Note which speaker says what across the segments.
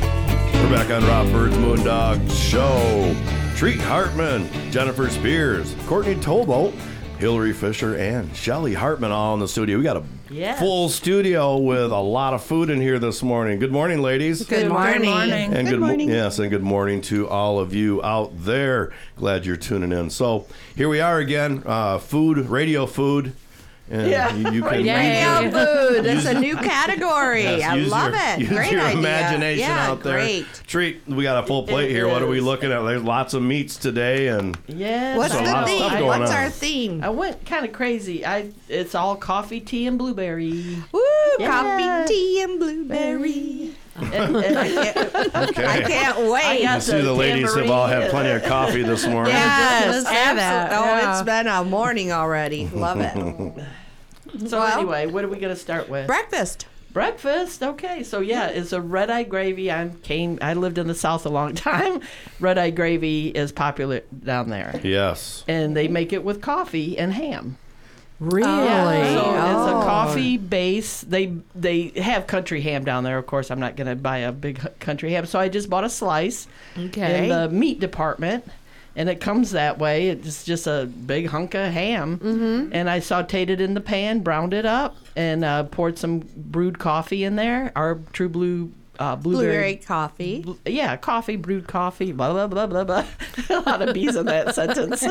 Speaker 1: We're back on Rob Bird's Moondog Show. Treat Hartman, Jennifer Spears, Courtney Tolbolt, Hillary Fisher, and Shelly Hartman all in the studio. We got a
Speaker 2: Yes.
Speaker 1: full studio with a lot of food in here this morning. Good morning, ladies.
Speaker 3: Good morning.
Speaker 1: And good, mo- yes, and good morning to all of you out there. Glad you're tuning in. So here we are again, uh, food, radio food. And
Speaker 2: Yeah.
Speaker 1: you, you can
Speaker 2: Yeah.
Speaker 3: Real food. That's a new category.
Speaker 1: Yes,
Speaker 3: I
Speaker 1: use
Speaker 3: love
Speaker 1: your-
Speaker 3: it.
Speaker 1: Use
Speaker 3: Great
Speaker 1: your
Speaker 3: idea.
Speaker 1: imagination
Speaker 3: yeah,
Speaker 1: out there.
Speaker 3: Great.
Speaker 1: Treat. We got a full plate here. What are we
Speaker 2: is.
Speaker 1: looking at? There's lots of meats today, and
Speaker 2: Yes.
Speaker 3: What's
Speaker 1: There's a
Speaker 3: the
Speaker 1: lot of stuff
Speaker 3: theme?
Speaker 1: going
Speaker 3: What's
Speaker 1: on.
Speaker 3: our theme?
Speaker 2: I went kind of crazy. I it's all coffee, tea, and blueberry.
Speaker 3: Woo!
Speaker 2: Yeah.
Speaker 3: Coffee, tea, and blueberry.
Speaker 2: And, and I can't,
Speaker 1: okay.
Speaker 3: I can't wait.
Speaker 1: You see, the ladies have all had plenty of coffee this morning.
Speaker 3: Yes,
Speaker 4: Just say that,
Speaker 3: absolutely. Oh,
Speaker 4: yeah.
Speaker 3: it's been a morning already. Love it.
Speaker 2: So
Speaker 3: Well-
Speaker 2: anyway, what are we gonna start with?
Speaker 3: Breakfast.
Speaker 2: Breakfast. Okay. So yeah, it's a red eye gravy. I came. I lived in the South a long time. Red eye gravy is popular down there,
Speaker 1: Yes.
Speaker 2: and they make it with coffee and ham.
Speaker 4: Really?
Speaker 2: So it's
Speaker 3: Oh.
Speaker 2: a coffee base. They they have country ham down there. Of course, I'm not going to buy a big hu- country ham, so I just bought a slice
Speaker 4: Okay.
Speaker 2: in the meat department, and it comes that way. It's just a big hunk of ham, mm-hmm. and I sautéed it in the pan, browned it up, and uh, poured some brewed coffee in there. Our True Blue uh,
Speaker 3: Blueberry
Speaker 2: blueberry.
Speaker 3: coffee.
Speaker 2: Yeah, coffee, brewed coffee, blah blah blah blah blah. a lot of bees in that sentence.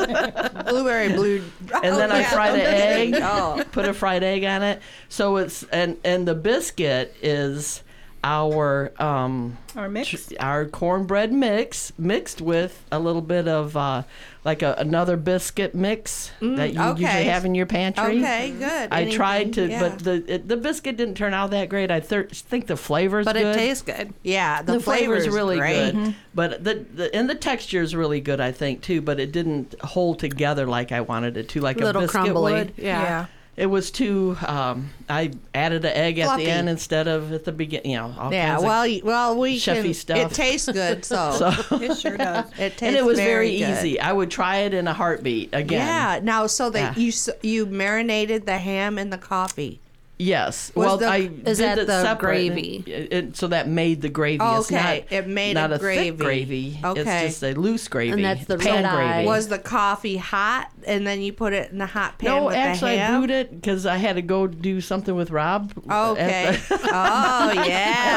Speaker 3: Blueberry blue.
Speaker 2: And then I fry the egg.
Speaker 3: Oh.
Speaker 2: put a fried egg on it. So it's and and the biscuit is our um
Speaker 4: Our mix.
Speaker 2: tr- our cornbread mix mixed with a little bit of uh like a, another biscuit mix that you
Speaker 3: okay.
Speaker 2: usually have in your pantry.
Speaker 3: Okay, good.
Speaker 2: I tried to,
Speaker 3: Anything, yeah.
Speaker 2: but the it, the biscuit didn't turn out that great. I thir- think the flavors,
Speaker 4: But it
Speaker 2: good
Speaker 4: tastes good.
Speaker 3: yeah, the,
Speaker 2: the, flavor's
Speaker 3: flavor's
Speaker 2: really
Speaker 3: great. Mm-hmm.
Speaker 2: good but the, the and the texture is really good i think too but it didn't hold together like i wanted it to like
Speaker 4: Little
Speaker 2: a biscuit
Speaker 4: crumbly.
Speaker 2: would
Speaker 4: Yeah. Yeah.
Speaker 2: it was too um, i added an egg at
Speaker 3: Fluffy.
Speaker 2: the end instead of at the beginning you know all
Speaker 3: Yeah,
Speaker 2: kinds of-
Speaker 3: well, y- well, we
Speaker 2: chefy
Speaker 3: can.
Speaker 2: stuff.
Speaker 3: It tastes good, so,
Speaker 4: It sure does.
Speaker 3: it tastes
Speaker 2: and it was very,
Speaker 3: good.
Speaker 2: easy i would try it in a heartbeat again
Speaker 3: Yeah. Now, so that
Speaker 2: Yeah.
Speaker 3: you s- you marinated the ham in the coffee.
Speaker 2: yes
Speaker 3: Was
Speaker 2: well
Speaker 3: the-
Speaker 2: i
Speaker 4: is
Speaker 2: did
Speaker 4: that
Speaker 2: it
Speaker 4: the
Speaker 2: separate, and-
Speaker 4: gravy?
Speaker 2: and- and so that made the gravy it's
Speaker 3: Okay,
Speaker 2: not,
Speaker 3: it made
Speaker 2: not
Speaker 3: a
Speaker 2: a
Speaker 3: gravy.
Speaker 2: thick gravy
Speaker 3: Okay.
Speaker 2: it's just a loose gravy
Speaker 4: that's the
Speaker 2: pan
Speaker 4: red eye.
Speaker 2: gravy
Speaker 3: Was the coffee hot, and then you put it in the hot pan
Speaker 2: No,
Speaker 3: with
Speaker 2: actually,
Speaker 3: the
Speaker 2: I
Speaker 3: ham?
Speaker 2: booed it because I had to go do something with Rob. at
Speaker 3: Okay.
Speaker 2: the-
Speaker 3: oh yeah.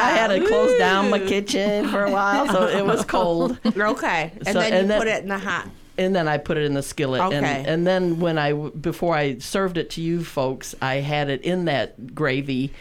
Speaker 2: I had to close down my kitchen for a while, so it was cold.
Speaker 3: Okay, and
Speaker 2: So-
Speaker 3: then you
Speaker 2: and that-
Speaker 3: put it in the hot.
Speaker 2: And then I put it in the skillet.
Speaker 3: Okay.
Speaker 2: And, and then when I, w- before I served it to you folks, I had it in that gravy.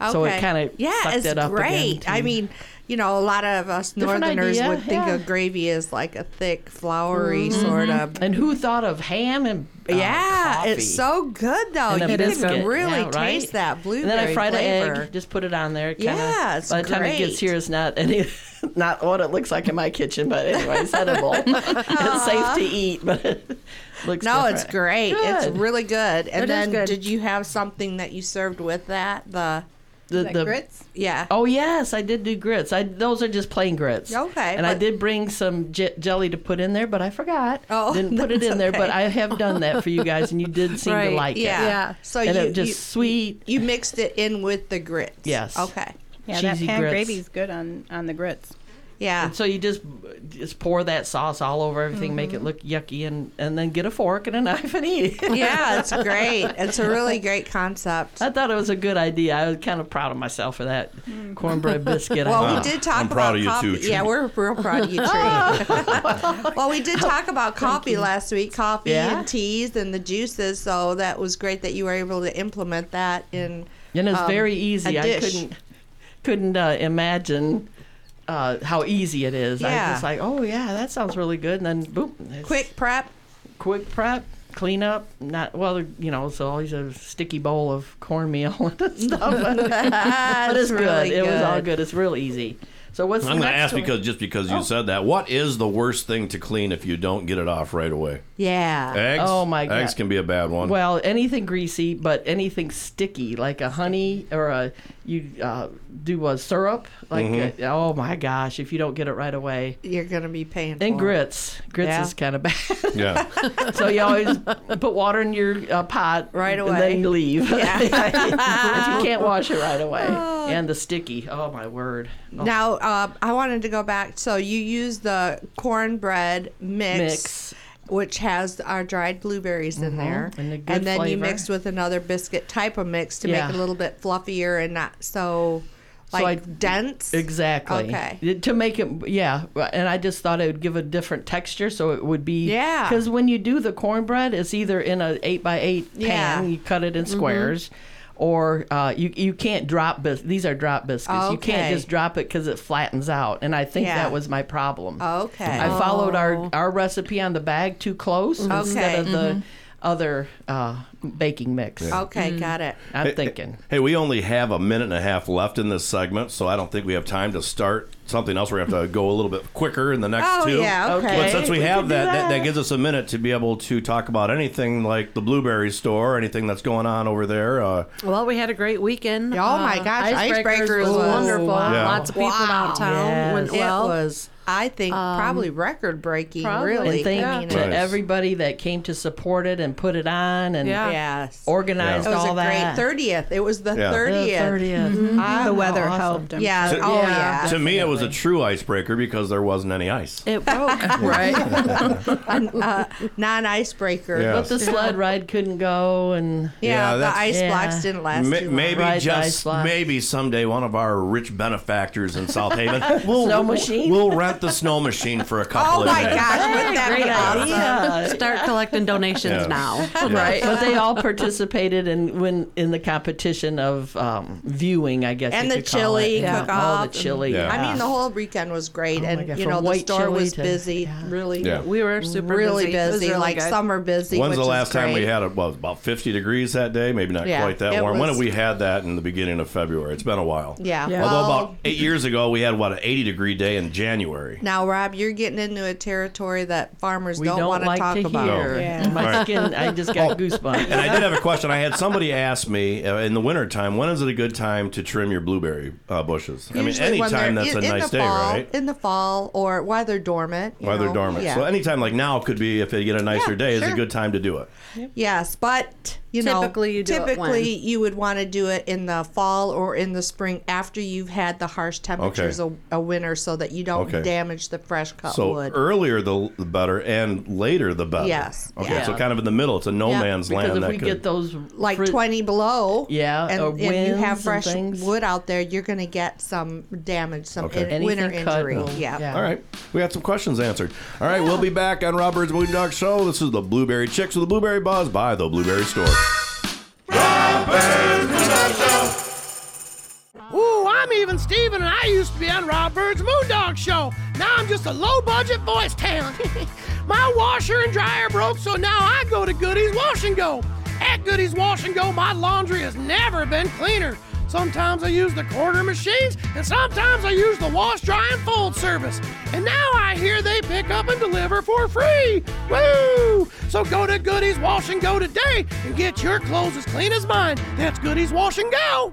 Speaker 3: Okay.
Speaker 2: So it kind of
Speaker 3: yeah,
Speaker 2: sucked
Speaker 3: it's
Speaker 2: it up. again,
Speaker 3: great. I
Speaker 2: too.
Speaker 3: mean, you know, a lot of us
Speaker 2: Different
Speaker 3: Northerners
Speaker 2: idea,
Speaker 3: would think
Speaker 2: yeah. Mm-hmm.
Speaker 3: of gravy as like a thick, floury sort of.
Speaker 2: and who thought of ham and uh,
Speaker 3: yeah,
Speaker 2: coffee?
Speaker 3: it's so good though.
Speaker 2: And a
Speaker 3: Oh, You
Speaker 2: biscuit.
Speaker 3: can really
Speaker 2: Yeah, right?
Speaker 3: taste that blueberry
Speaker 2: And then I fried
Speaker 3: flavor.
Speaker 2: an egg, just put it on there. Kinda,
Speaker 3: Yeah, it's
Speaker 2: by the time it gets
Speaker 3: great.
Speaker 2: here, it's not any, not what it looks like in my kitchen, but anyway, it's edible. it's safe to eat, but it looks
Speaker 3: No,
Speaker 2: different.
Speaker 3: it's great. It's
Speaker 2: Good.
Speaker 3: really good.
Speaker 4: It
Speaker 3: And
Speaker 4: is
Speaker 3: then,
Speaker 4: good.
Speaker 3: did you have something that you served with that? The
Speaker 2: The, the-
Speaker 3: yeah.
Speaker 2: Oh yes, I did do grits. I those are just plain grits.
Speaker 3: Okay,
Speaker 2: And I
Speaker 3: but-
Speaker 2: did bring some j- jelly to put in there, but I forgot.
Speaker 3: Oh,
Speaker 2: didn't put it
Speaker 3: that's
Speaker 2: in there. But
Speaker 3: okay.
Speaker 2: I have done that for you guys, and you did seem
Speaker 4: Right,
Speaker 2: to like
Speaker 3: yeah.
Speaker 2: it.
Speaker 4: Yeah.
Speaker 3: So
Speaker 2: and
Speaker 3: you
Speaker 2: it just
Speaker 3: you,
Speaker 2: sweet,
Speaker 3: you mixed it in with the grits.
Speaker 2: Yes.
Speaker 3: Okay.
Speaker 5: Yeah,
Speaker 2: cheesy
Speaker 5: that pan
Speaker 2: grits.
Speaker 5: gravy's good on on the grits.
Speaker 3: Yeah.
Speaker 2: And so you just just pour that sauce all over everything, make
Speaker 3: Mm-hmm.
Speaker 2: it look yucky, and and then get a fork and a knife and eat it.
Speaker 3: yeah, it's great. It's a really great concept.
Speaker 2: I thought it was a good idea. I was kind of proud of myself for that cornbread biscuit. I
Speaker 3: Mm. Well,
Speaker 2: made.
Speaker 3: we did talk
Speaker 1: I'm
Speaker 3: about
Speaker 1: proud of you
Speaker 3: coffee.
Speaker 1: too, Tree.
Speaker 3: yeah, we're real proud of you, Tree.
Speaker 2: Oh.
Speaker 3: well, we did talk about coffee last week, coffee
Speaker 2: Yeah.
Speaker 3: and teas and the juices. So that was great that you were able to implement that in.
Speaker 2: and it's
Speaker 3: um,
Speaker 2: very easy.
Speaker 3: a
Speaker 2: I
Speaker 3: dish.
Speaker 2: couldn't couldn't uh, imagine uh, how easy it is. I
Speaker 3: Yeah.
Speaker 2: was just like, oh yeah, that sounds really good. And then boom, it's
Speaker 3: Quick prep.
Speaker 2: quick prep, clean up. Not well, you know, so always a sticky bowl of cornmeal and stuff.
Speaker 3: but
Speaker 2: but it's good. It was all good. It's real easy. So what's
Speaker 1: I'm
Speaker 2: the
Speaker 1: going to
Speaker 2: next
Speaker 1: ask
Speaker 2: one?
Speaker 1: because just because you said that, what is the worst thing to clean if you don't get it off right away?
Speaker 3: Yeah.
Speaker 1: Eggs.
Speaker 2: Oh, my God.
Speaker 1: Eggs can be a bad one.
Speaker 2: Well, anything greasy, but anything sticky, like a honey or a you uh, do a syrup. Like, uh, oh my gosh, if you don't get it right away.
Speaker 3: You're gonna be paying.
Speaker 2: And
Speaker 3: for it.
Speaker 2: grits, grits
Speaker 3: Yeah.
Speaker 2: is kind of bad.
Speaker 1: Yeah.
Speaker 2: so you always put water in your uh, pot
Speaker 3: Right
Speaker 2: and
Speaker 3: away.
Speaker 2: then you leave. if you can't wash it right away, and the sticky. Oh my word! Oh,
Speaker 3: Now, uh, I wanted to go back. So you use the cornbread mix,
Speaker 2: Mix. Mm-hmm.
Speaker 3: which has our dried blueberries in there,
Speaker 2: and the good
Speaker 3: then you
Speaker 2: flavor.
Speaker 3: mixed with another biscuit type of mix to
Speaker 2: Yeah.
Speaker 3: make it a little bit fluffier and not so
Speaker 2: So
Speaker 3: like
Speaker 2: I-
Speaker 3: dense.
Speaker 2: Exactly.
Speaker 3: Okay.
Speaker 2: It- To make it, yeah. And I just thought it would give a different texture, so it would be.
Speaker 3: Yeah.
Speaker 2: Because when you do the cornbread, it's either in a eight by eight pan,
Speaker 3: Yeah. Mm-hmm.
Speaker 2: you cut it in squares, or uh, you you can't drop bis- these are drop biscuits. You
Speaker 3: Okay.
Speaker 2: can't just drop it because it flattens out. And I think
Speaker 3: Yeah.
Speaker 2: that was my problem.
Speaker 3: Okay. Mm-hmm.
Speaker 2: I followed our our recipe on the bag too close instead of
Speaker 3: Okay.
Speaker 2: the other uh, baking mix.
Speaker 3: Okay,
Speaker 2: mm.
Speaker 3: got it.
Speaker 2: I'm thinking.
Speaker 1: Hey, we only have a minute and a half left in this segment, so I don't think we have time to start something else. We're going to have to go a little bit quicker in the next
Speaker 3: Oh,
Speaker 1: two.
Speaker 3: yeah, okay.
Speaker 1: But since we,
Speaker 2: We
Speaker 1: have
Speaker 2: can do
Speaker 1: that, that, that
Speaker 2: that.
Speaker 1: gives us a minute to be able to talk about anything like the blueberry store, anything that's going on over there. Uh,
Speaker 6: Well, we had a great weekend. Uh,
Speaker 3: Oh my gosh, Icebreakers
Speaker 6: was
Speaker 3: was-
Speaker 6: wonderful.
Speaker 2: Wow.
Speaker 6: Lots of people
Speaker 3: Wow.
Speaker 6: downtown went
Speaker 2: Yes.
Speaker 3: It
Speaker 6: well.
Speaker 3: was, I think, probably record breaking.
Speaker 6: probably.
Speaker 3: Really,
Speaker 2: And thank
Speaker 3: I mean,
Speaker 2: to
Speaker 1: Nice.
Speaker 2: everybody Um, that came to support it and put it on and
Speaker 6: Yeah.
Speaker 3: yes,
Speaker 2: organized
Speaker 3: it was
Speaker 2: all
Speaker 3: a
Speaker 2: that.
Speaker 3: great thirtieth. It was the
Speaker 1: Yeah. The
Speaker 3: thirtieth. Mm-hmm.
Speaker 5: the weather
Speaker 2: Ah, awesome.
Speaker 5: helped. I'm
Speaker 3: Yeah.
Speaker 1: To-
Speaker 3: oh
Speaker 2: Yeah.
Speaker 3: yeah.
Speaker 1: to me, it was a true icebreaker because there wasn't any ice.
Speaker 6: It broke.
Speaker 2: right?
Speaker 3: uh, Non icebreaker.
Speaker 1: Yeah.
Speaker 2: but the sled ride couldn't go, and
Speaker 1: Yeah,
Speaker 3: Yeah, the
Speaker 1: that's-
Speaker 3: ice
Speaker 2: Yeah.
Speaker 3: blocks didn't last
Speaker 1: Ma-
Speaker 3: too long.
Speaker 1: maybe
Speaker 2: Ride the ice
Speaker 1: just
Speaker 2: slide.
Speaker 1: maybe someday one of our rich benefactors in South Haven will
Speaker 2: Snow machine?
Speaker 1: We'll rent the snow machine for a couple
Speaker 3: Oh
Speaker 1: of
Speaker 3: my
Speaker 1: days.
Speaker 3: gosh, wouldn't that be
Speaker 6: great
Speaker 3: awesome?
Speaker 2: yeah,
Speaker 6: Start collecting donations
Speaker 1: Yeah.
Speaker 6: now.
Speaker 2: right. But they all participated in when in the competition of um, viewing, I guess,
Speaker 3: And
Speaker 2: you
Speaker 3: the
Speaker 2: could call
Speaker 3: chili
Speaker 2: it.
Speaker 3: cook
Speaker 2: all
Speaker 3: off.
Speaker 2: the chili.
Speaker 1: Yeah.
Speaker 3: I mean, the
Speaker 2: yeah.
Speaker 3: whole weekend was great,
Speaker 2: Oh my
Speaker 3: and
Speaker 2: God,
Speaker 3: you
Speaker 2: from
Speaker 3: know the
Speaker 2: white
Speaker 3: store
Speaker 2: chili
Speaker 3: was
Speaker 2: to-
Speaker 3: busy,
Speaker 2: yeah.
Speaker 3: really,
Speaker 1: Yeah.
Speaker 6: We were super
Speaker 3: really
Speaker 6: busy. It was
Speaker 3: busy,
Speaker 6: really
Speaker 3: like
Speaker 6: good.
Speaker 3: summer busy.
Speaker 1: When's
Speaker 3: which
Speaker 1: the
Speaker 3: is
Speaker 1: last time we
Speaker 3: great.
Speaker 1: had it? Well, about 50 degrees that day, maybe not
Speaker 3: Yeah,
Speaker 1: quite that
Speaker 3: it
Speaker 1: warm. When
Speaker 3: was-
Speaker 1: did we had that in the beginning of February? It's been a while.
Speaker 3: Yeah.
Speaker 4: Yeah.
Speaker 1: Although
Speaker 3: Well-
Speaker 1: about eight years ago, we had what an 80 degree day in January.
Speaker 3: Now, Rob, you're getting into a territory that farmers
Speaker 2: We
Speaker 3: don't,
Speaker 2: don't,
Speaker 3: want
Speaker 2: like
Speaker 3: talk
Speaker 2: to
Speaker 3: about.
Speaker 2: hear.
Speaker 5: Yeah.
Speaker 2: My
Speaker 1: Right.
Speaker 2: skin, I just got goosebumps.
Speaker 1: And I did have a question. I had somebody ask me uh, in the wintertime, when is it a good time to trim your blueberry uh, bushes? I mean,
Speaker 3: Usually when
Speaker 1: anytime
Speaker 3: they're-
Speaker 1: that's a
Speaker 3: in the
Speaker 1: nice day,
Speaker 3: fall,
Speaker 1: right?
Speaker 3: In the fall, or while they're dormant. you
Speaker 1: While they're
Speaker 3: know,
Speaker 1: dormant.
Speaker 3: Yeah.
Speaker 1: So anytime like now could be if they get a nicer
Speaker 3: Yeah,
Speaker 1: day is a
Speaker 3: sure.
Speaker 1: good time to do it.
Speaker 3: Yes, but you know,
Speaker 6: Typically you do it
Speaker 3: typically
Speaker 6: when?
Speaker 3: you would want to do it in the fall or in the spring after you've had the harsh temperatures
Speaker 1: Okay.
Speaker 3: a, a winter, so that you don't
Speaker 1: Okay.
Speaker 3: damage the fresh cut
Speaker 1: So er,
Speaker 3: wood.
Speaker 1: earlier the, the better, and later the better.
Speaker 3: Yes.
Speaker 1: Okay.
Speaker 2: Yeah.
Speaker 1: So kind of in the middle, it's a no
Speaker 3: Yeah,
Speaker 1: man's
Speaker 2: Because
Speaker 1: land.
Speaker 2: if
Speaker 1: that
Speaker 2: we
Speaker 1: could,
Speaker 2: get those
Speaker 3: like
Speaker 2: fruit-
Speaker 3: 20 below
Speaker 2: Yeah,
Speaker 3: and,
Speaker 2: or
Speaker 3: and you
Speaker 2: winds and
Speaker 3: have fresh
Speaker 2: things.
Speaker 3: wood out there you're going to get some damage some
Speaker 1: Okay.
Speaker 3: in- winter
Speaker 2: Anything cut
Speaker 3: injury
Speaker 2: will-
Speaker 3: yeah. Uh,
Speaker 2: yeah.
Speaker 1: All right. We got some questions answered. All right. We'll be back on Robert's Moon Dog Show. This is the Blueberry Chicks with the Blueberry Buzz by the Blueberry Store.
Speaker 7: Ooh, I'm even Steven, and I used to be on Rob Bird's Moondog Show. Now I'm just a low budget voice talent. my washer and dryer broke, so now I go to Goodies Wash and Go. At Goodies Wash and Go, my laundry has never been cleaner. Sometimes I use the quarter machines, and sometimes I use the wash, dry, and fold service. And now I hear they pick up and deliver for free. Woo! So go to Goodies Wash and Go today and get your clothes as clean as mine. That's Goodies Wash and Go.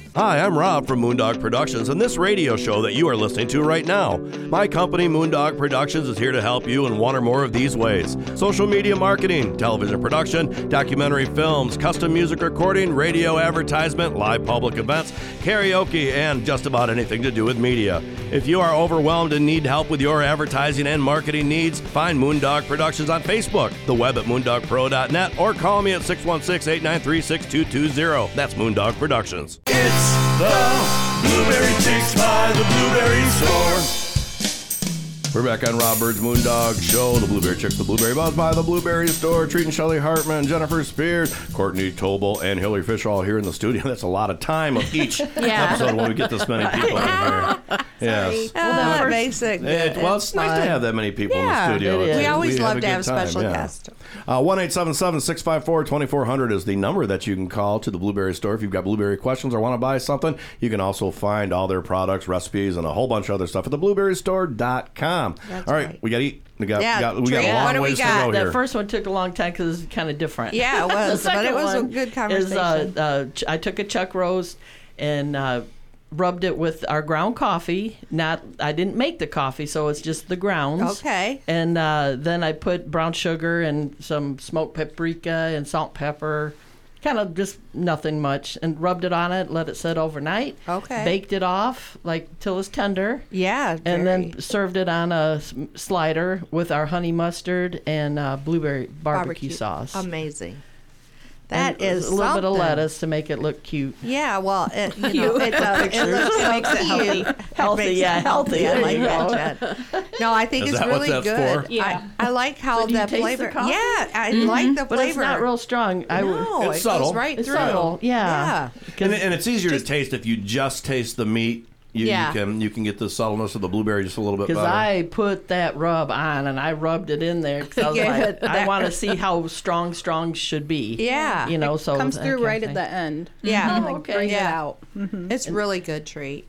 Speaker 1: Hi, I'm Rob from Moondog Productions and this radio show that you are listening to right now. My company, Moondog Productions, is here to help you in one or more of these ways social media marketing, television production, documentary films, custom music recording, radio advertisement, live public events, karaoke, and just about anything to do with media. If you are overwhelmed and need help with your advertising and marketing needs, find Moondog Productions on Facebook, the web at moondogpro.net, or call me at 616 893 6220. That's Moondog Productions. It's the Blueberry Chicks by the Blueberry Store. We're back on Rob Bird's Moondog Show, the Blueberry Chicks, the Blueberry Buzz by the Blueberry Store, treating Shelley Hartman, Jennifer Spears, Courtney Tobel, and Hillary Fisher all here in the studio. That's a lot of time of each episode when we get this many people in here. Yes.
Speaker 3: Well, that makes it.
Speaker 1: It- well, it's, nice to
Speaker 3: fun.
Speaker 1: have that many people
Speaker 3: Yeah,
Speaker 1: in the studio.
Speaker 3: it
Speaker 1: It's-
Speaker 3: is. We always love
Speaker 1: a
Speaker 3: to
Speaker 1: good
Speaker 3: have special guests.
Speaker 1: Uh, 1-877-654-2400 is the number that you can call to the Blueberry Store if you've got blueberry questions or want to buy something. You can also find all their products, recipes, and a whole bunch of other stuff at theblueberrystore.com.
Speaker 3: That's
Speaker 1: all right,
Speaker 3: right.
Speaker 1: we got to eat. We got,
Speaker 3: Yeah,
Speaker 1: we got, we got a
Speaker 3: Trina,
Speaker 1: long
Speaker 3: what do we
Speaker 1: ways
Speaker 3: got?
Speaker 1: to go
Speaker 2: That
Speaker 1: here.
Speaker 2: first one took a long time because it was kind of different.
Speaker 3: Yeah, it was,
Speaker 2: the
Speaker 3: but it
Speaker 2: second
Speaker 3: was a
Speaker 2: one
Speaker 3: good
Speaker 2: Is, uh,
Speaker 3: conversation.
Speaker 2: uh, ch- I took a chuck roast and uh, rubbed it with our ground coffee. Not, I didn't make the coffee, so it's just the grounds.
Speaker 3: Okay.
Speaker 2: And uh, then I put brown sugar and some smoked paprika and salt, pepper. Kind of just nothing much, and rubbed it on it. Let it sit overnight.
Speaker 3: Okay.
Speaker 2: Baked it off like till it's tender
Speaker 3: Yeah,
Speaker 2: and
Speaker 3: very.
Speaker 2: then served it on a s- slider with our honey mustard and uh, blueberry barbecue, sauce.
Speaker 3: Amazing.
Speaker 2: And
Speaker 3: That is
Speaker 2: a little bit of
Speaker 3: something.
Speaker 2: lettuce to make it look cute.
Speaker 3: Yeah, well, it, you know, it's a, it, looks, it makes it healthy.
Speaker 2: Healthy, yeah, healthy,
Speaker 3: I
Speaker 2: there
Speaker 3: like
Speaker 2: you go.
Speaker 3: that, Jen. No, I think
Speaker 1: Is
Speaker 3: it's
Speaker 1: that what
Speaker 3: really
Speaker 1: that's
Speaker 3: good.
Speaker 1: for?
Speaker 5: Yeah.
Speaker 3: I, I like how
Speaker 2: So do you
Speaker 3: that
Speaker 2: taste the
Speaker 3: flavor.
Speaker 2: coffee? Mm-hmm.
Speaker 3: Yeah, I like the
Speaker 2: But
Speaker 3: flavor.
Speaker 2: it's not real strong. I would.
Speaker 3: No,
Speaker 1: It's
Speaker 3: it
Speaker 1: subtle.
Speaker 3: goes right
Speaker 2: It's
Speaker 3: through.
Speaker 2: subtle, yeah.
Speaker 1: And, and it's easier to taste if you just taste the meat. You,
Speaker 3: Yeah.
Speaker 1: you can you can get the subtleness of the blueberry just a little bit
Speaker 2: Because
Speaker 1: better.
Speaker 2: I put that rub on and I rubbed it in there because I was
Speaker 3: Yeah,
Speaker 2: like, I want to see how strong strong should be.
Speaker 3: Yeah.
Speaker 2: you know, so
Speaker 5: Comes
Speaker 2: that
Speaker 5: through
Speaker 2: kinda
Speaker 5: right at
Speaker 2: thing.
Speaker 5: the end.
Speaker 3: Yeah.
Speaker 2: Oh, okay.
Speaker 5: Bring it
Speaker 3: Yeah.
Speaker 5: out.
Speaker 3: Mm-hmm. It's really good treat.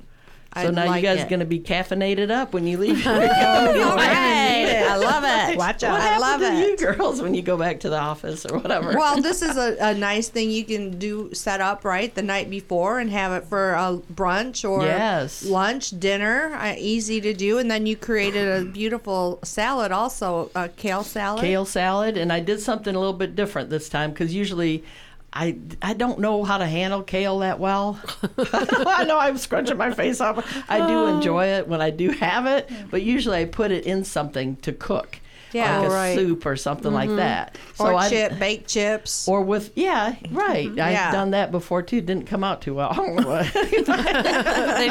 Speaker 3: I
Speaker 2: So now
Speaker 3: like
Speaker 2: you guys
Speaker 3: it.
Speaker 2: gonna be caffeinated up when you leave.
Speaker 3: All right. I love it.
Speaker 5: Watch
Speaker 2: What
Speaker 3: I
Speaker 5: out.
Speaker 2: happened
Speaker 3: love
Speaker 2: to
Speaker 3: it.
Speaker 2: you girls when you go back to the office or whatever?
Speaker 3: Well, this is a, a nice thing you can do set up right the night before and have it for a brunch or
Speaker 2: Yes.
Speaker 3: lunch, dinner. Uh, easy to do, and then you created a beautiful salad, also a kale salad.
Speaker 2: kale salad, and I did something a little bit different this time because usually. I, I don't know how to handle kale that well. I know I'm scrunching my face off. I
Speaker 3: Oh.
Speaker 2: do enjoy it when I do have it, but usually I put it in something to cook,
Speaker 3: Yeah.
Speaker 2: like
Speaker 3: Oh,
Speaker 2: a
Speaker 3: right. Mm-hmm.
Speaker 2: soup or something like that. So
Speaker 3: or
Speaker 2: I
Speaker 3: chip, baked chips.
Speaker 2: or with yeah right.
Speaker 3: Mm-hmm. Yeah.
Speaker 2: I've done that before too. Didn't come out too well.
Speaker 6: they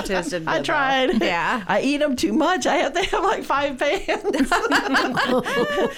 Speaker 6: tasted.
Speaker 2: I
Speaker 6: good,
Speaker 2: tried.
Speaker 3: Yeah.
Speaker 2: I eat them too much. I have to have like five pans.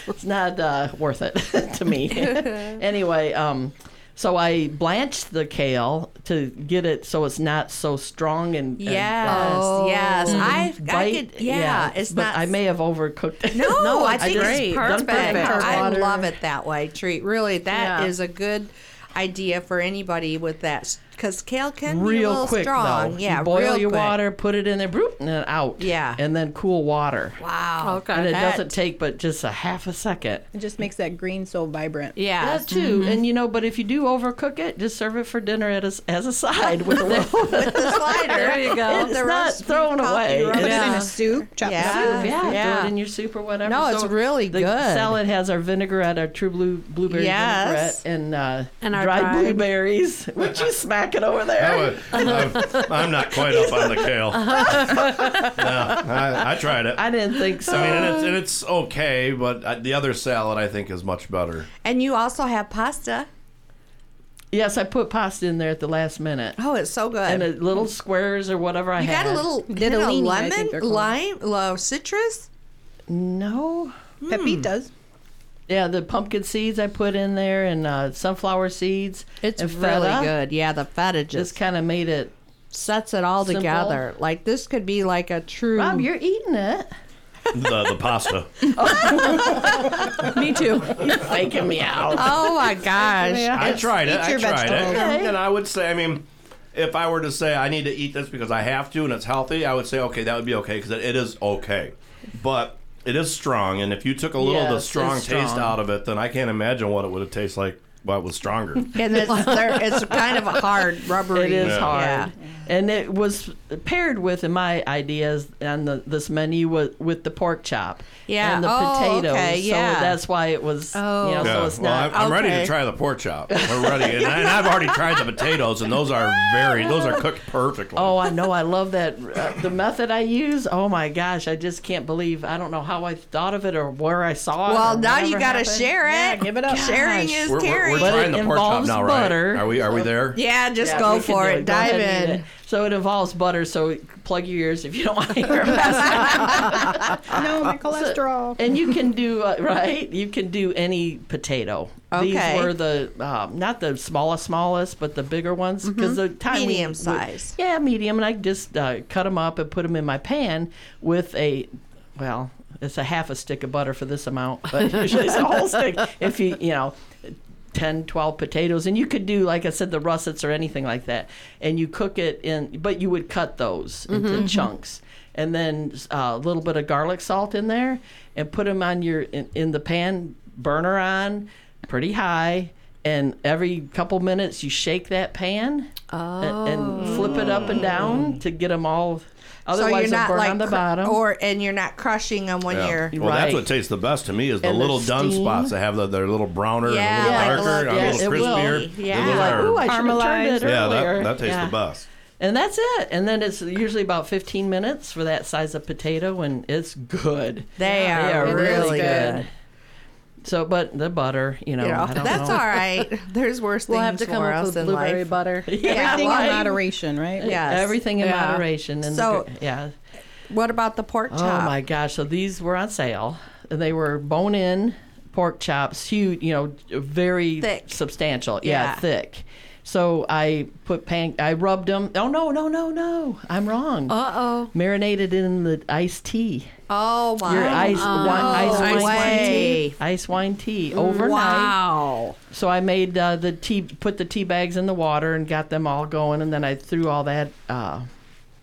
Speaker 2: it's not uh, worth it to me. anyway, um, so I blanched the kale to get it so it's not so strong and and,
Speaker 3: yes,
Speaker 2: uh,
Speaker 3: yes. I, I
Speaker 2: bite.
Speaker 3: could. Yeah, it's
Speaker 2: but
Speaker 3: not.
Speaker 2: I may have overcooked it.
Speaker 3: No, I
Speaker 2: it's
Speaker 3: think
Speaker 2: great.
Speaker 3: it's
Speaker 2: Done
Speaker 3: perfect. I
Speaker 2: Water.
Speaker 3: love it that way. Treat really that is
Speaker 6: Yeah.
Speaker 3: a good idea for anybody with that because kale can be a
Speaker 2: Real
Speaker 3: little
Speaker 2: quick
Speaker 3: strong.
Speaker 2: though.
Speaker 3: Yeah,
Speaker 2: you boil
Speaker 3: real
Speaker 2: your
Speaker 3: quick.
Speaker 2: water, put it in there, broop, and then out.
Speaker 3: Yeah.
Speaker 2: and then cool water.
Speaker 3: Wow.
Speaker 6: Okay.
Speaker 2: And it
Speaker 3: That-
Speaker 2: doesn't take but just a half a second.
Speaker 5: It just makes that green so vibrant.
Speaker 3: Yeah.
Speaker 2: That too, and you know, but if you do overcook it, just serve it for dinner at a, as a side with a little.
Speaker 3: With the slider.
Speaker 6: There you go.
Speaker 3: With
Speaker 2: It's
Speaker 3: the
Speaker 2: not
Speaker 3: roast
Speaker 2: thrown
Speaker 3: beef coffee
Speaker 2: away.
Speaker 3: roast.
Speaker 5: Put it in
Speaker 3: Yeah.
Speaker 5: a soup. Chop
Speaker 3: Yeah.
Speaker 5: it up.
Speaker 2: Yeah,
Speaker 3: Yeah.
Speaker 2: throw it in your soup or whatever.
Speaker 3: No, it's really
Speaker 2: the
Speaker 3: good.
Speaker 2: Salad has our vinaigrette, our true blue blueberry
Speaker 3: Yes.
Speaker 2: vinaigrette, and uh,
Speaker 6: And our
Speaker 2: dried,
Speaker 6: dried-
Speaker 2: blueberries. What you smacking over there?
Speaker 1: Oh, uh, I'm not quite up on the kale. no, I, I tried it.
Speaker 2: I didn't think so.
Speaker 1: I mean, and it's, and it's okay, but uh, the other salad I think is much better.
Speaker 3: And you also have pasta.
Speaker 2: yes, I put pasta in there at the last minute,
Speaker 3: Oh, it's so good.
Speaker 2: and uh, little squares or whatever I
Speaker 3: you
Speaker 2: had.
Speaker 3: got a little
Speaker 5: Diddolini,
Speaker 3: hit of
Speaker 5: I think
Speaker 3: lemon,
Speaker 5: they're called.
Speaker 3: lime, low citrus.
Speaker 2: no.
Speaker 5: Pepitas.
Speaker 2: Yeah, the pumpkin seeds I put in there, and uh, sunflower seeds. and feta.
Speaker 3: good. Yeah, the feta
Speaker 2: Just kind of made it.
Speaker 3: sets it all
Speaker 2: Simple.
Speaker 3: together. Like this could be like a true.
Speaker 2: Rob, you're eating it.
Speaker 1: The the pasta.
Speaker 5: Me too.
Speaker 2: Faking me out.
Speaker 3: oh my gosh.
Speaker 1: I tried it.
Speaker 5: eat
Speaker 1: I
Speaker 5: your
Speaker 1: tried it,
Speaker 5: vegetables.
Speaker 2: Okay.
Speaker 1: and I would say, I mean, if I were to say I need to eat this because I have to and it's healthy, I would say okay, that would be okay because it, it is okay, but it is strong, and if you took a little of the
Speaker 2: Yes, it's
Speaker 1: strong, taste
Speaker 2: strong.
Speaker 1: out of it, then I can't imagine what it would have tasted like. Well, it was stronger.
Speaker 3: And it's, there, it's kind of a hard, rubbery.
Speaker 2: It is
Speaker 1: Yeah.
Speaker 2: hard.
Speaker 3: Yeah.
Speaker 2: And it was paired with, in my ideas, on the, this menu was with the pork chop
Speaker 3: Yeah.
Speaker 2: and the
Speaker 3: Oh,
Speaker 2: potatoes.
Speaker 3: okay, yeah.
Speaker 2: So that's why it was, you know,
Speaker 3: Oh.
Speaker 1: Yeah.
Speaker 2: so it's
Speaker 1: well,
Speaker 2: not.
Speaker 1: I'm, I'm ready to
Speaker 3: okay.
Speaker 1: try the pork chop. We're ready, and, I, have already tried the potatoes, and those are very those are cooked perfectly.
Speaker 2: Oh, I know. I love that. Uh, the method I use, oh my gosh, I just can't believe. I don't know how I thought of it or where I saw it.
Speaker 3: Well,
Speaker 2: or
Speaker 3: now you
Speaker 2: whatever
Speaker 3: got to
Speaker 2: happened.
Speaker 3: share it.
Speaker 5: Yeah, give it up.
Speaker 3: Sharing
Speaker 2: Gosh.
Speaker 3: is
Speaker 1: we're, we're,
Speaker 3: caring.
Speaker 1: we're
Speaker 2: But
Speaker 1: trying
Speaker 2: it
Speaker 1: the pork chop
Speaker 2: involves
Speaker 1: now,
Speaker 2: butter.
Speaker 1: right? Are we are we there?
Speaker 3: yeah, just
Speaker 2: Yeah,
Speaker 3: go
Speaker 2: we can
Speaker 3: for
Speaker 2: do
Speaker 3: it.
Speaker 2: Go
Speaker 3: Dive
Speaker 2: ahead and eat
Speaker 3: in.
Speaker 2: it. So it involves butter. So plug your ears if you don't want to hear about
Speaker 5: no, my cholesterol.
Speaker 2: and you can do uh, right. You can do any potato.
Speaker 3: Okay.
Speaker 2: These were the um, not the smallest, smallest, but the bigger ones because the time we-
Speaker 3: Mm-hmm. Medium
Speaker 2: we-
Speaker 3: size.
Speaker 2: yeah, medium, and I just uh, cut them up and put them in my pan with a well, it's a half a stick of butter for this amount, but usually it's a whole stick if you you know. 10 12 potatoes and you could do like i said the russets or anything like that and you cook it in but you would cut those
Speaker 3: Mm-hmm.
Speaker 2: into chunks and then uh, a little bit of garlic salt in there and put them on your in, in the pan burner on pretty high and every couple minutes you shake that pan and, and flip it up and down to get them all
Speaker 3: Oh. So
Speaker 2: otherwise they'll
Speaker 3: you're not
Speaker 2: burn
Speaker 3: like
Speaker 2: on the
Speaker 3: cr-
Speaker 2: bottom
Speaker 3: or and you're not crushing them when
Speaker 1: Yeah.
Speaker 3: you're.
Speaker 1: Well, that's
Speaker 2: Right.
Speaker 1: what tastes the best to me is the
Speaker 2: And the
Speaker 1: little dun
Speaker 2: steam.
Speaker 1: spots that have the, they're a little browner
Speaker 3: Yeah,
Speaker 1: and
Speaker 3: like a
Speaker 1: a little darker,
Speaker 3: little-
Speaker 1: and
Speaker 2: yes,
Speaker 1: a
Speaker 2: it
Speaker 1: little
Speaker 2: will.
Speaker 1: crispier. They
Speaker 3: Yeah.
Speaker 1: look
Speaker 3: Like,
Speaker 1: hard.
Speaker 2: Ooh, I should have turned
Speaker 5: Caramelized.
Speaker 2: it
Speaker 1: yeah, that,
Speaker 2: earlier.
Speaker 1: that tastes
Speaker 2: Yeah.
Speaker 1: the best.
Speaker 2: And that's it. And then it's usually about 15 minutes for that size of potato, and it's good.
Speaker 3: They are
Speaker 2: It is
Speaker 3: really good.
Speaker 2: So, but the butter, you know,
Speaker 3: You know,
Speaker 2: I don't
Speaker 3: that's
Speaker 2: know.
Speaker 3: all right. There's worse
Speaker 6: We'll
Speaker 3: things
Speaker 6: have to come
Speaker 3: for
Speaker 6: up
Speaker 3: us
Speaker 6: with
Speaker 3: in
Speaker 6: blueberry
Speaker 3: life.
Speaker 6: butter.
Speaker 2: Yeah,
Speaker 5: Everything
Speaker 2: why-
Speaker 5: in moderation, right?
Speaker 3: Yes.
Speaker 2: Everything in
Speaker 3: Yeah.
Speaker 2: moderation. And
Speaker 3: So-
Speaker 2: so, yeah.
Speaker 3: What about the pork
Speaker 2: Oh
Speaker 3: chop?
Speaker 2: my gosh! So these were on sale. They were bone-in pork chops, huge, you know, very
Speaker 3: Thick.
Speaker 2: substantial. Yeah,
Speaker 3: Yeah.
Speaker 2: thick. So I put pan. I rubbed them. Oh no, no, no, no! I'm wrong.
Speaker 6: Uh-oh.
Speaker 2: Marinated in the iced tea.
Speaker 3: Oh my!
Speaker 2: Your ice, wine,
Speaker 3: Oh,
Speaker 2: ice,
Speaker 3: no
Speaker 2: wine
Speaker 3: way.
Speaker 2: tea. Ice wine tea overnight.
Speaker 3: Mm. Wow.
Speaker 2: So I made uh, the tea, put the tea bags in the water and got them all going, and then I threw all that uh,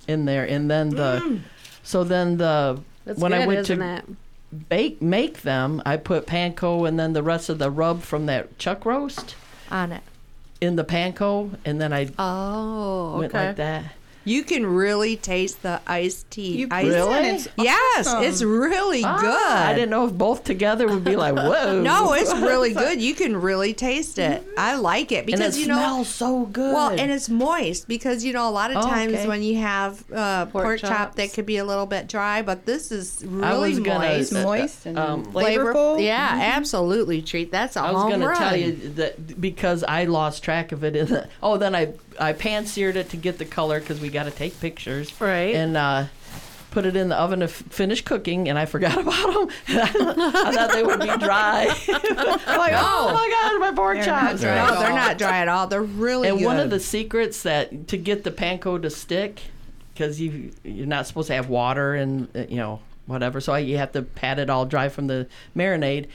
Speaker 2: in there, and then the,
Speaker 3: Mm.
Speaker 2: so then the
Speaker 6: That's
Speaker 2: when
Speaker 6: good,
Speaker 2: I went
Speaker 6: isn't
Speaker 2: to
Speaker 6: it?
Speaker 2: bake make them, I put panko and then the rest of the rub from that chuck roast
Speaker 3: On it.
Speaker 2: in the panko, and then I
Speaker 3: Oh,
Speaker 2: went like that.
Speaker 3: You can really taste the iced tea.
Speaker 5: You
Speaker 3: iced
Speaker 5: Really? It's
Speaker 3: Yes, it's really
Speaker 2: Ah,
Speaker 3: good.
Speaker 2: I didn't know if both together would be like whoa.
Speaker 3: No, it's really good. You can really taste it. I like it
Speaker 2: and
Speaker 3: because
Speaker 2: it
Speaker 3: you know.
Speaker 2: smells so good.
Speaker 3: Well, and it's moist because you know a lot of
Speaker 2: Oh,
Speaker 3: times
Speaker 2: okay.
Speaker 3: when you have uh, pork, chop
Speaker 6: chops.
Speaker 3: that could be a little bit dry, but this is
Speaker 2: I
Speaker 3: really
Speaker 2: was gonna
Speaker 3: moist,
Speaker 2: uh,
Speaker 5: moist and
Speaker 3: flavorful.
Speaker 5: flavorful.
Speaker 3: Yeah, absolutely, treat. That's a
Speaker 2: I was
Speaker 3: home
Speaker 2: going to
Speaker 3: run.
Speaker 2: tell you that because I lost track of it. In the, oh, then I I pan seared it to get the color because we got to take pictures.
Speaker 6: Right.
Speaker 2: And uh, put it in the oven to f- finish cooking, and I forgot about them. I thought they would be dry. I'm like, oh my god, my pork chops.
Speaker 3: No, they're not dry at all. They're really
Speaker 2: And
Speaker 3: good.
Speaker 2: one of the secrets that to get the panko to stick, because you you're not supposed to have water and uh, you know whatever, so you have to pat it all dry from the marinade,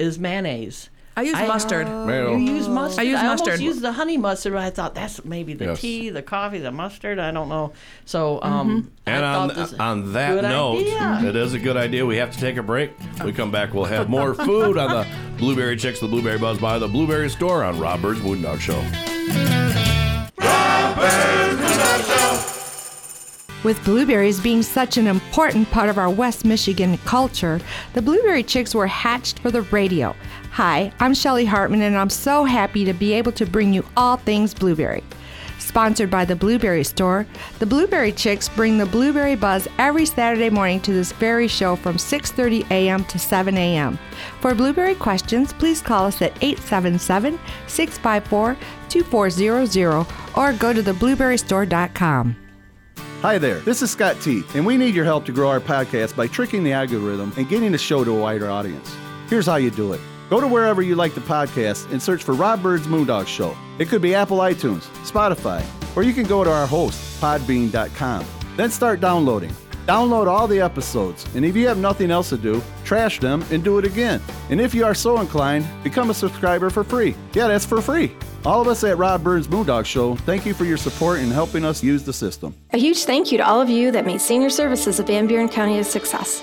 Speaker 2: is mayonnaise.
Speaker 8: I use mustard.
Speaker 2: You use mustard.
Speaker 8: I use mustard.
Speaker 2: almost used the honey mustard, but I thought that's maybe the
Speaker 1: Yes.
Speaker 2: tea, the coffee, the mustard. I don't know. So,
Speaker 8: Mm-hmm.
Speaker 2: um,
Speaker 1: And
Speaker 2: I
Speaker 1: on,
Speaker 2: thought this-
Speaker 1: on that
Speaker 2: good
Speaker 1: note,
Speaker 2: idea.
Speaker 1: it is a good idea. We have to take a break. We come back, we'll have more food on the Blueberry Chicks, the Blueberry Buzz by the Blueberry Store on Rob Bird's Moon Dog Show.
Speaker 3: With blueberries being such an important part of our West Michigan culture, the Blueberry Chicks were hatched for the radio. Hi, I'm Shelly Hartman, and I'm so happy to be able to bring you all things blueberry. Sponsored by the Blueberry Store, the Blueberry Chicks bring the blueberry buzz every Saturday morning to this very show from 6:30 a.m. to 7 a.m. For blueberry questions, please call us at 877-654-2400 or go to theblueberrystore.com.
Speaker 9: Hi there, this is Scott T, and we need your help to grow our podcast by tricking the algorithm and getting the show to a wider audience. Here's how you do it go to wherever you like the podcast and search for Rob Bird's Moondog Show. It could be Apple iTunes, Spotify, or you can go to our host, podbean.com. Then start downloading. Download all the episodes, and if you have nothing else to do, trash them and do it again. And if you are so inclined, become a subscriber for free. Yeah, that's for free. All of us at Rob Bird's Moondog Show, thank you for your support and helping us use the system.
Speaker 10: A huge thank you to all of you that made Senior Services of Van Buren County a success.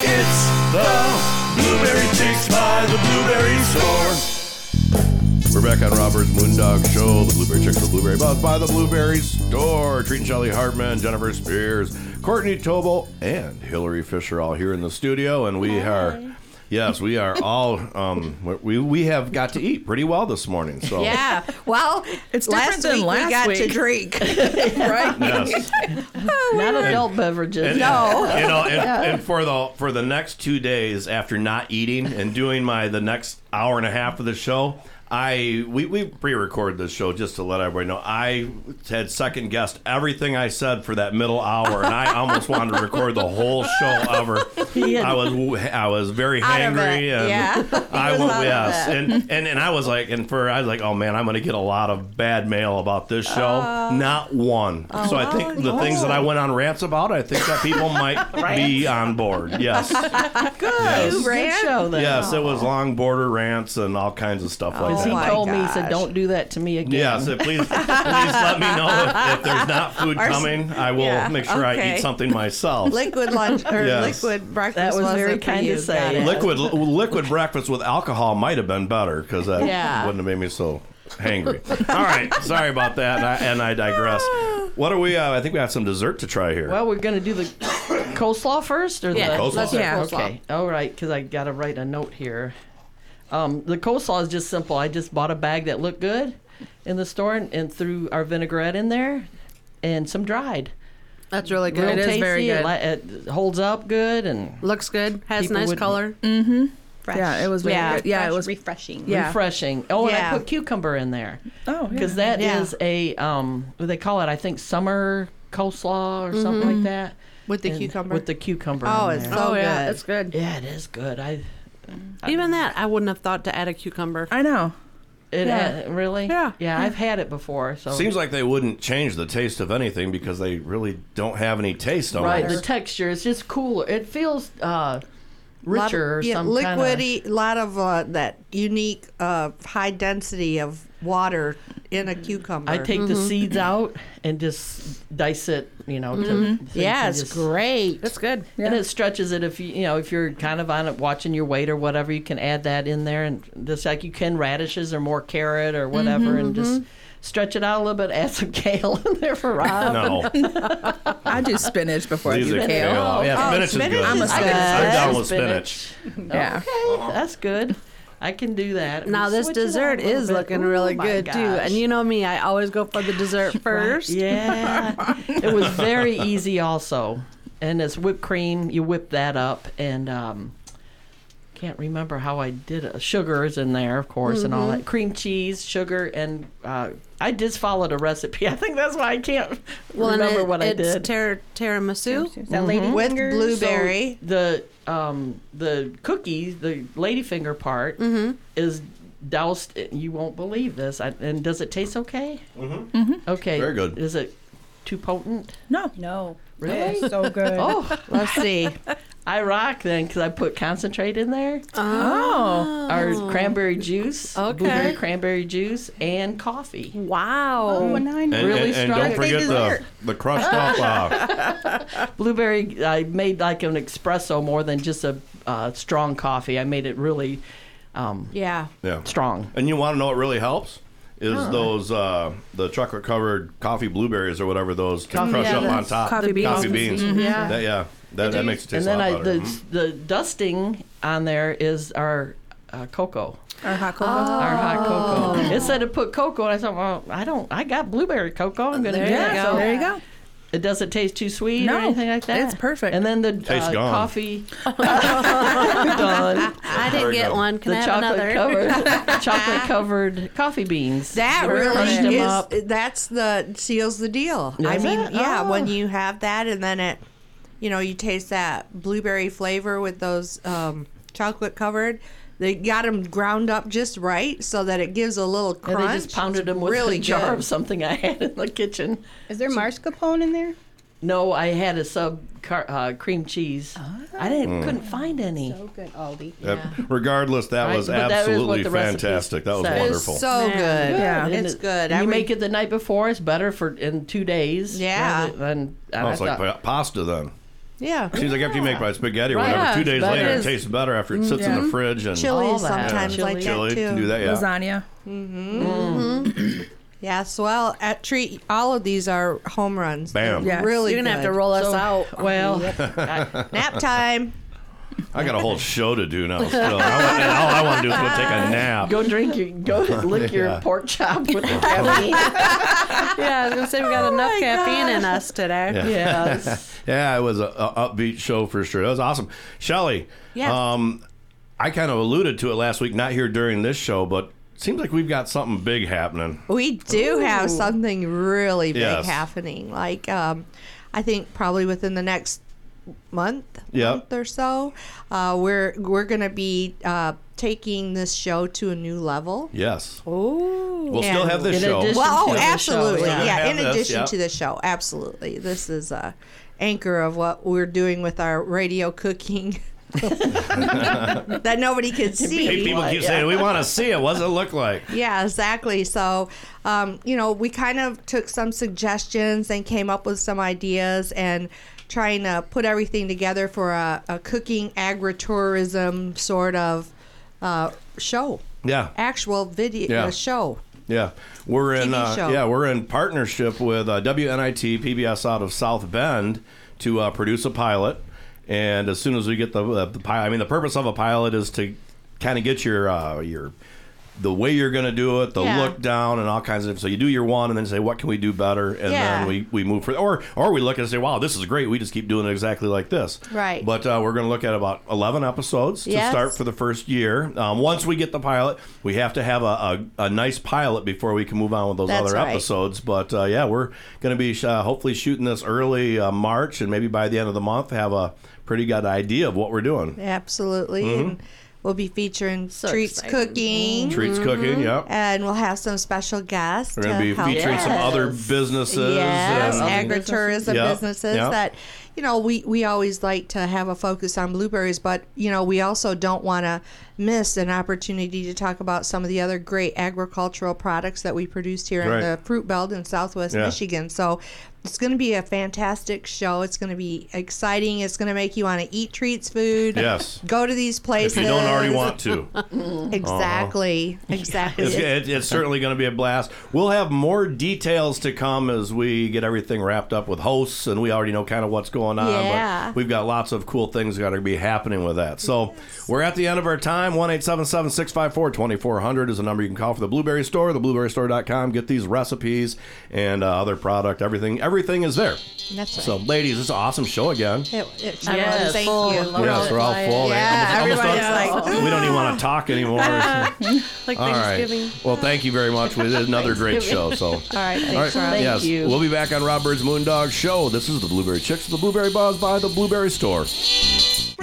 Speaker 1: It's the Blueberry Chicks by the Blueberry Store. We're back on Robert's Moondog Show, the Blueberry Chicks, the Blueberry Blueberry Buzz by the Blueberry Store. Treat and Shelley Hartman, Jennifer Spears, Courtney Tobel, and Hillary Fisher all here in the studio, and we are. Yes, we are all. Um, we we have got to eat pretty well this morning. So
Speaker 3: Yeah. Well, it's
Speaker 4: different than last week.
Speaker 2: right?
Speaker 1: Yes.
Speaker 8: Mm-hmm.
Speaker 2: Not
Speaker 1: And-
Speaker 2: adult beverages.
Speaker 1: And- and- you know, and, and for the for the next two days after not eating and doing my the next hour and a half of the show, I we, we pre-record this show just to let everybody know. I had second guessed everything I said for that middle hour, and I almost wanted to record the whole show over.
Speaker 8: Yeah.
Speaker 1: I was I was very
Speaker 8: Out of
Speaker 1: hangry,
Speaker 8: it,
Speaker 1: and
Speaker 8: yeah.
Speaker 1: I
Speaker 8: He was
Speaker 1: was
Speaker 8: out of
Speaker 1: yes,
Speaker 8: it.
Speaker 1: and and and I was like, and for I was like, oh man, I'm going to get a lot of bad mail about this show. Not one.
Speaker 8: Oh,
Speaker 1: so I think the
Speaker 8: no.
Speaker 1: things that I went on rants about, I think that people might be on board. Yes.
Speaker 2: Good.
Speaker 1: Yes.
Speaker 2: Good show then.
Speaker 1: Yes, it was long border rants and all kinds of stuff like
Speaker 2: Because
Speaker 1: that.
Speaker 8: Oh
Speaker 2: he told me, he said, don't do that to me again.
Speaker 1: Yes, uh, please, please let me know if, if there's not food
Speaker 2: Or s-
Speaker 1: coming. I will
Speaker 2: yeah,
Speaker 1: make sure I
Speaker 2: okay.
Speaker 1: eat something myself.
Speaker 4: Liquid lunch or
Speaker 1: Yes.
Speaker 4: liquid breakfast.
Speaker 2: That was
Speaker 4: wasn't
Speaker 2: very
Speaker 4: for
Speaker 2: kind
Speaker 4: you.
Speaker 2: to say.
Speaker 4: Got it.
Speaker 1: Liquid liquid breakfast with alcohol might have been better because that
Speaker 4: Yeah.
Speaker 1: wouldn't have made me so hangry. All right, sorry about that, and I, and I digress. What are we? Uh, I think we have some dessert to try here.
Speaker 2: Well, we're going to do the coleslaw first or
Speaker 1: Yeah,
Speaker 2: the
Speaker 1: Coleslaw. let's do coleslaw.
Speaker 2: Okay. All right, cuz I got to write a note here. Um, the coleslaw is just simple. I just bought a bag that looked good in the store and, and threw our vinaigrette in there and some dried.
Speaker 6: That's really good.
Speaker 2: Real
Speaker 6: It
Speaker 2: tasty.
Speaker 6: is very
Speaker 2: It
Speaker 6: good.
Speaker 2: la- It, holds up good and
Speaker 6: looks good. Has
Speaker 2: People
Speaker 6: nice
Speaker 2: wouldn't- Mm.
Speaker 6: color.
Speaker 5: Mm-hmm.
Speaker 6: Yeah, it was very
Speaker 2: Yeah. good. Yeah, it was-
Speaker 5: refreshing.
Speaker 2: refreshing. Oh, and
Speaker 5: Yeah.
Speaker 2: I put cucumber in there.
Speaker 5: Oh, yeah.
Speaker 2: because that is
Speaker 5: Yeah.
Speaker 2: a um, what they call it? I think summer coleslaw or something
Speaker 6: Mhm.
Speaker 2: like that.
Speaker 6: With the
Speaker 2: And-
Speaker 6: cucumber?
Speaker 2: With the cucumber.
Speaker 6: Oh,
Speaker 2: in
Speaker 6: it's
Speaker 2: there.
Speaker 6: so Oh, yeah, good. it's good.
Speaker 2: Yeah, it is good. I
Speaker 6: Even that, I wouldn't have thought to add a cucumber.
Speaker 5: I know.
Speaker 2: it
Speaker 6: Yeah.
Speaker 2: uh, really. Yeah. yeah, I've had it before. So
Speaker 1: Seems like they wouldn't change the taste of anything because they really don't have any taste on
Speaker 2: right.
Speaker 1: it.
Speaker 2: The texture is just cooler. It feels uh, richer. or
Speaker 4: yeah,
Speaker 2: some
Speaker 4: liquidy, lot of uh, that unique uh, high density of water in a cucumber.
Speaker 2: I take
Speaker 4: Mm-hmm.
Speaker 2: the seeds out and just dice it, you know. To,
Speaker 4: Mhm.
Speaker 2: so you
Speaker 4: Yeah,
Speaker 2: can
Speaker 4: it's
Speaker 6: great. That's good.
Speaker 2: And it stretches it if you you know if you're kind of on it watching your weight or whatever, you can add that in there and just like you can radishes or more carrot or whatever,
Speaker 4: Mm-hmm,
Speaker 2: and just stretch it out a little bit. Add some kale in there for
Speaker 4: Oh,
Speaker 2: Rob.
Speaker 1: No.
Speaker 5: I do spinach before
Speaker 1: These
Speaker 5: I do
Speaker 1: are
Speaker 5: kale.
Speaker 1: kale.
Speaker 2: Oh,
Speaker 1: Yeah, spinach is good.
Speaker 5: I'm a
Speaker 1: I'm
Speaker 5: spinach.
Speaker 1: down with
Speaker 2: Spinach.
Speaker 1: spinach.
Speaker 5: Yeah.
Speaker 2: Okay, that's good. I can do that.
Speaker 6: Now
Speaker 2: We'll
Speaker 6: this
Speaker 2: switch it
Speaker 6: dessert
Speaker 2: out a little
Speaker 6: is
Speaker 2: bit.
Speaker 6: looking
Speaker 2: Ooh,
Speaker 6: really
Speaker 2: my
Speaker 6: good too,
Speaker 2: gosh.
Speaker 6: and you know me, I always go for the dessert first.
Speaker 2: Yeah. it was very easy also. And it's whipped cream, you whip that up and um can't remember how I did it. Sugar's in there, of course, and all
Speaker 6: Mhm.
Speaker 2: that. Cream cheese, sugar, and uh, I just followed a recipe. I think that's why I can't
Speaker 6: Well, and
Speaker 2: remember
Speaker 6: it-
Speaker 2: what I
Speaker 6: it's
Speaker 2: did.
Speaker 6: tir- tiramisu.
Speaker 2: Mhm.
Speaker 4: with blueberry?
Speaker 2: So the um the cookie, the ladyfinger part is doused. You won't believe this. I, and does it taste okay?
Speaker 1: Mm-hmm.
Speaker 2: Mm-hmm. Okay.
Speaker 1: Very good.
Speaker 2: Is it too potent?
Speaker 5: No. No.
Speaker 2: Really?
Speaker 5: It's so good.
Speaker 2: Oh, let's see. I rock then because I put concentrate in there.
Speaker 6: Oh.
Speaker 2: Our cranberry juice,
Speaker 6: Okay.
Speaker 2: blueberry cranberry juice, and coffee.
Speaker 6: Wow.
Speaker 5: Oh, and I
Speaker 1: And, and-
Speaker 2: Really
Speaker 1: and
Speaker 2: strong.
Speaker 1: don't forget the, the crushed up. Uh,
Speaker 2: Blueberry, I made like an espresso more than just a uh, strong coffee. I made it really um,
Speaker 6: yeah.
Speaker 1: yeah.
Speaker 2: strong.
Speaker 1: And you want to know what really helps? Is those uh, the chocolate covered coffee blueberries or whatever those to
Speaker 2: Coffee-
Speaker 1: crush
Speaker 2: Yeah,
Speaker 1: up on
Speaker 2: that's
Speaker 1: top?
Speaker 2: coffee beans. Mhm. Yeah.
Speaker 1: That, yeah. That, that makes it taste
Speaker 2: and
Speaker 1: a
Speaker 2: then
Speaker 1: lot
Speaker 2: I,
Speaker 1: better.
Speaker 2: the,
Speaker 1: Mhm.
Speaker 2: the dusting on there is our uh, cocoa.
Speaker 5: Our hot cocoa. Oh.
Speaker 2: Our hot cocoa. It said to put cocoa, and I thought, well, I don't. I got blueberry cocoa. I'm gonna
Speaker 5: There
Speaker 2: do
Speaker 5: you
Speaker 2: that.
Speaker 5: go. There you go.
Speaker 2: It doesn't taste too sweet
Speaker 5: No,
Speaker 2: or anything like that.
Speaker 5: it's perfect.
Speaker 2: And then the
Speaker 1: Tastes
Speaker 2: uh,
Speaker 1: gone.
Speaker 2: coffee. done.
Speaker 1: There
Speaker 6: I didn't
Speaker 1: we
Speaker 6: get
Speaker 1: go.
Speaker 6: one. Can
Speaker 2: the
Speaker 6: I have another?
Speaker 2: chocolate covered chocolate covered coffee beans.
Speaker 4: That
Speaker 2: We crushed
Speaker 4: really is.
Speaker 2: them up.
Speaker 4: That's the seals the deal. I
Speaker 2: Is
Speaker 4: mean,
Speaker 2: it?
Speaker 4: yeah,
Speaker 2: Oh.
Speaker 4: when you have that, and then it, you know, you taste that blueberry flavor with those um, chocolate covered. They got them ground up just right so that it gives a little
Speaker 2: And
Speaker 4: crunch.
Speaker 2: they just pounded them
Speaker 4: It's
Speaker 2: with
Speaker 4: really
Speaker 2: a jar
Speaker 4: good.
Speaker 2: of something I had in the kitchen.
Speaker 5: Is there mascarpone in there?
Speaker 2: No, I had a sub car, uh, cream cheese. I didn't
Speaker 4: Oh.
Speaker 1: Mm.
Speaker 2: couldn't find any.
Speaker 5: So good, Aldi.
Speaker 1: That- Regardless, that
Speaker 2: Right,
Speaker 1: was
Speaker 2: but that is what
Speaker 1: absolutely
Speaker 2: the recipe
Speaker 1: fantastic. That was
Speaker 2: says.
Speaker 1: wonderful.
Speaker 4: So
Speaker 2: Yeah.
Speaker 4: good.
Speaker 5: Yeah.
Speaker 2: And
Speaker 4: It's
Speaker 2: it-
Speaker 4: good.
Speaker 2: and
Speaker 4: I
Speaker 2: you
Speaker 4: re-
Speaker 2: make it the night before. It's better for in two days.
Speaker 4: Yeah.
Speaker 2: rather than- and
Speaker 1: Oh,
Speaker 2: I
Speaker 1: it's like pa-
Speaker 2: thought-
Speaker 1: pasta then.
Speaker 4: Yeah.
Speaker 1: Seems like after you make my spaghetti or
Speaker 2: Right.
Speaker 1: whatever,
Speaker 2: Yeah,
Speaker 1: two
Speaker 2: it's
Speaker 1: days
Speaker 2: better.
Speaker 1: later,
Speaker 2: It
Speaker 1: it
Speaker 2: is.
Speaker 1: tastes better after it sits in the
Speaker 2: Mhm.
Speaker 1: fridge and
Speaker 4: Chili
Speaker 2: all
Speaker 4: is
Speaker 2: that.
Speaker 4: sometimes
Speaker 2: Chili.
Speaker 4: like
Speaker 1: Chili,
Speaker 4: that too.
Speaker 1: can do that, yeah.
Speaker 5: Lasagna.
Speaker 4: Mm-hmm.
Speaker 1: Mm.
Speaker 3: Yes, well, at treat all of these are home runs.
Speaker 1: Bam.
Speaker 3: They're
Speaker 1: Yes.
Speaker 3: Really,
Speaker 6: You're gonna have to
Speaker 3: good.
Speaker 6: roll us out.
Speaker 3: Well,
Speaker 6: Yep.
Speaker 3: nap time.
Speaker 1: I got a whole show to do now. Still, I want, all I want to do is go take a nap.
Speaker 2: Go drink your, go lick your
Speaker 1: Yeah.
Speaker 2: pork chop with the caffeine.
Speaker 6: yeah, I was gonna say we got enough caffeine in us today.
Speaker 1: yeah, it was a, a upbeat show for sure. That was awesome, Shelly.
Speaker 6: Yes.
Speaker 1: Um, I kind of alluded to it last week, not here during this show, but seems like we've got something big happening.
Speaker 3: We do
Speaker 1: Ooh.
Speaker 3: have something really big
Speaker 1: Yes.
Speaker 3: happening. Like, um, I think probably within the next month,
Speaker 1: Yep.
Speaker 3: month or so, uh, we're we're gonna be uh, taking this show to a new level.
Speaker 1: Yes.
Speaker 3: Oh,
Speaker 1: We'll still have this In show. addition
Speaker 3: Well,
Speaker 1: to
Speaker 3: oh,
Speaker 1: the show,
Speaker 3: absolutely,
Speaker 1: yeah.
Speaker 3: yeah.
Speaker 1: Have
Speaker 3: In
Speaker 1: this,
Speaker 3: addition
Speaker 1: yeah.
Speaker 3: to the show, absolutely, this is a anchor of what we're doing with our radio cooking that nobody could see.
Speaker 1: Hey, people keep saying we want to see it. What does it look like?
Speaker 3: Yeah, exactly. So, um, you know, we kind of took some suggestions and came up with some ideas and trying to put everything together for a, a cooking agritourism sort of uh, show,
Speaker 1: Yeah.
Speaker 3: actual video
Speaker 1: Yeah.
Speaker 3: uh, show.
Speaker 1: Yeah, we're in.
Speaker 3: TV
Speaker 1: Uh,
Speaker 3: show.
Speaker 1: yeah, we're in partnership with uh, WNIT PBS out of South Bend to uh, produce a pilot. And as soon as we get the, uh, the pilot, I mean, the purpose of a pilot is to kind of get your uh, your the way you're going to do it, the
Speaker 3: Yeah.
Speaker 1: look down, and all kinds of. So you do your one, and then say, what can we do better? And
Speaker 3: Yeah.
Speaker 1: then we we move for or or we look and say, wow, this is great. We just keep doing it exactly like this.
Speaker 3: Right.
Speaker 1: But uh, we're going to look at about 11 episodes to
Speaker 3: Yes.
Speaker 1: start for the first year. Um, once we get the pilot, we have to have a, a, a nice pilot before we can move on with those
Speaker 3: That's
Speaker 1: other
Speaker 3: right.
Speaker 1: episodes. But uh, yeah, we're going to be uh, hopefully shooting this early uh, March and maybe by the end of the month have a pretty good idea of what we're doing.
Speaker 3: Absolutely.
Speaker 1: Mhm.
Speaker 3: And we'll be fearing treats
Speaker 1: exciting. Mm-hmm.
Speaker 3: cooking.
Speaker 1: Treats Cooking, yep.
Speaker 3: And we'll have some special guests.
Speaker 1: We're going to be
Speaker 3: help
Speaker 1: featuring some
Speaker 3: us.
Speaker 1: other businesses.
Speaker 3: Yes,
Speaker 1: and-
Speaker 3: agritourism
Speaker 1: Yep,
Speaker 3: businesses
Speaker 1: yep.
Speaker 3: that, you know, we, we always like to have a focus on blueberries, but, you know, we also don't want to miss an opportunity to talk about some of the other great agricultural products that we produced here
Speaker 11: Right.
Speaker 3: in the Fruit Belt in southwest
Speaker 11: Yeah.
Speaker 3: Michigan. So it's going to be a fantastic show. It's going to be exciting. It's going to make you want to eat treats food.
Speaker 1: Yes.
Speaker 3: Go to these places.
Speaker 1: If you don't already want to.
Speaker 3: Exactly. Exactly.
Speaker 1: It's, it, it's certainly going to be a blast. We'll have more details to come as we get everything wrapped up with hosts, and we already know kind of what's going on.
Speaker 3: Yeah.
Speaker 1: But we've got lots of cool things that are going to be happening with that. So we're at the end of our time. 1 654 2400 is a number you can call for the Blueberry Store, theblueberrystore.com. Get these recipes and uh, other product. Everything Everything is there.
Speaker 3: That's right.
Speaker 1: So, ladies, it's an awesome show again.
Speaker 3: It, it,
Speaker 6: I love it.
Speaker 3: thank
Speaker 6: Full.
Speaker 3: you.
Speaker 6: Love
Speaker 1: Yes,
Speaker 6: it.
Speaker 1: we're all
Speaker 6: Love it.
Speaker 1: full.
Speaker 6: Yeah,
Speaker 1: Almost- almost
Speaker 6: everybody's
Speaker 1: done-
Speaker 6: like,
Speaker 1: we don't even want to talk anymore.
Speaker 6: like
Speaker 1: All right.
Speaker 6: Thanksgiving.
Speaker 1: Well, thank you very much. We did another great show.
Speaker 6: Thanksgiving.
Speaker 1: So,
Speaker 6: All right, thanks, Rob. Thank
Speaker 1: yes,
Speaker 6: you.
Speaker 1: we'll be back on Rob Bird's Moondog Show. This is the Blueberry Chicks, the Blueberry Buzz by the Blueberry Store.
Speaker 12: Show.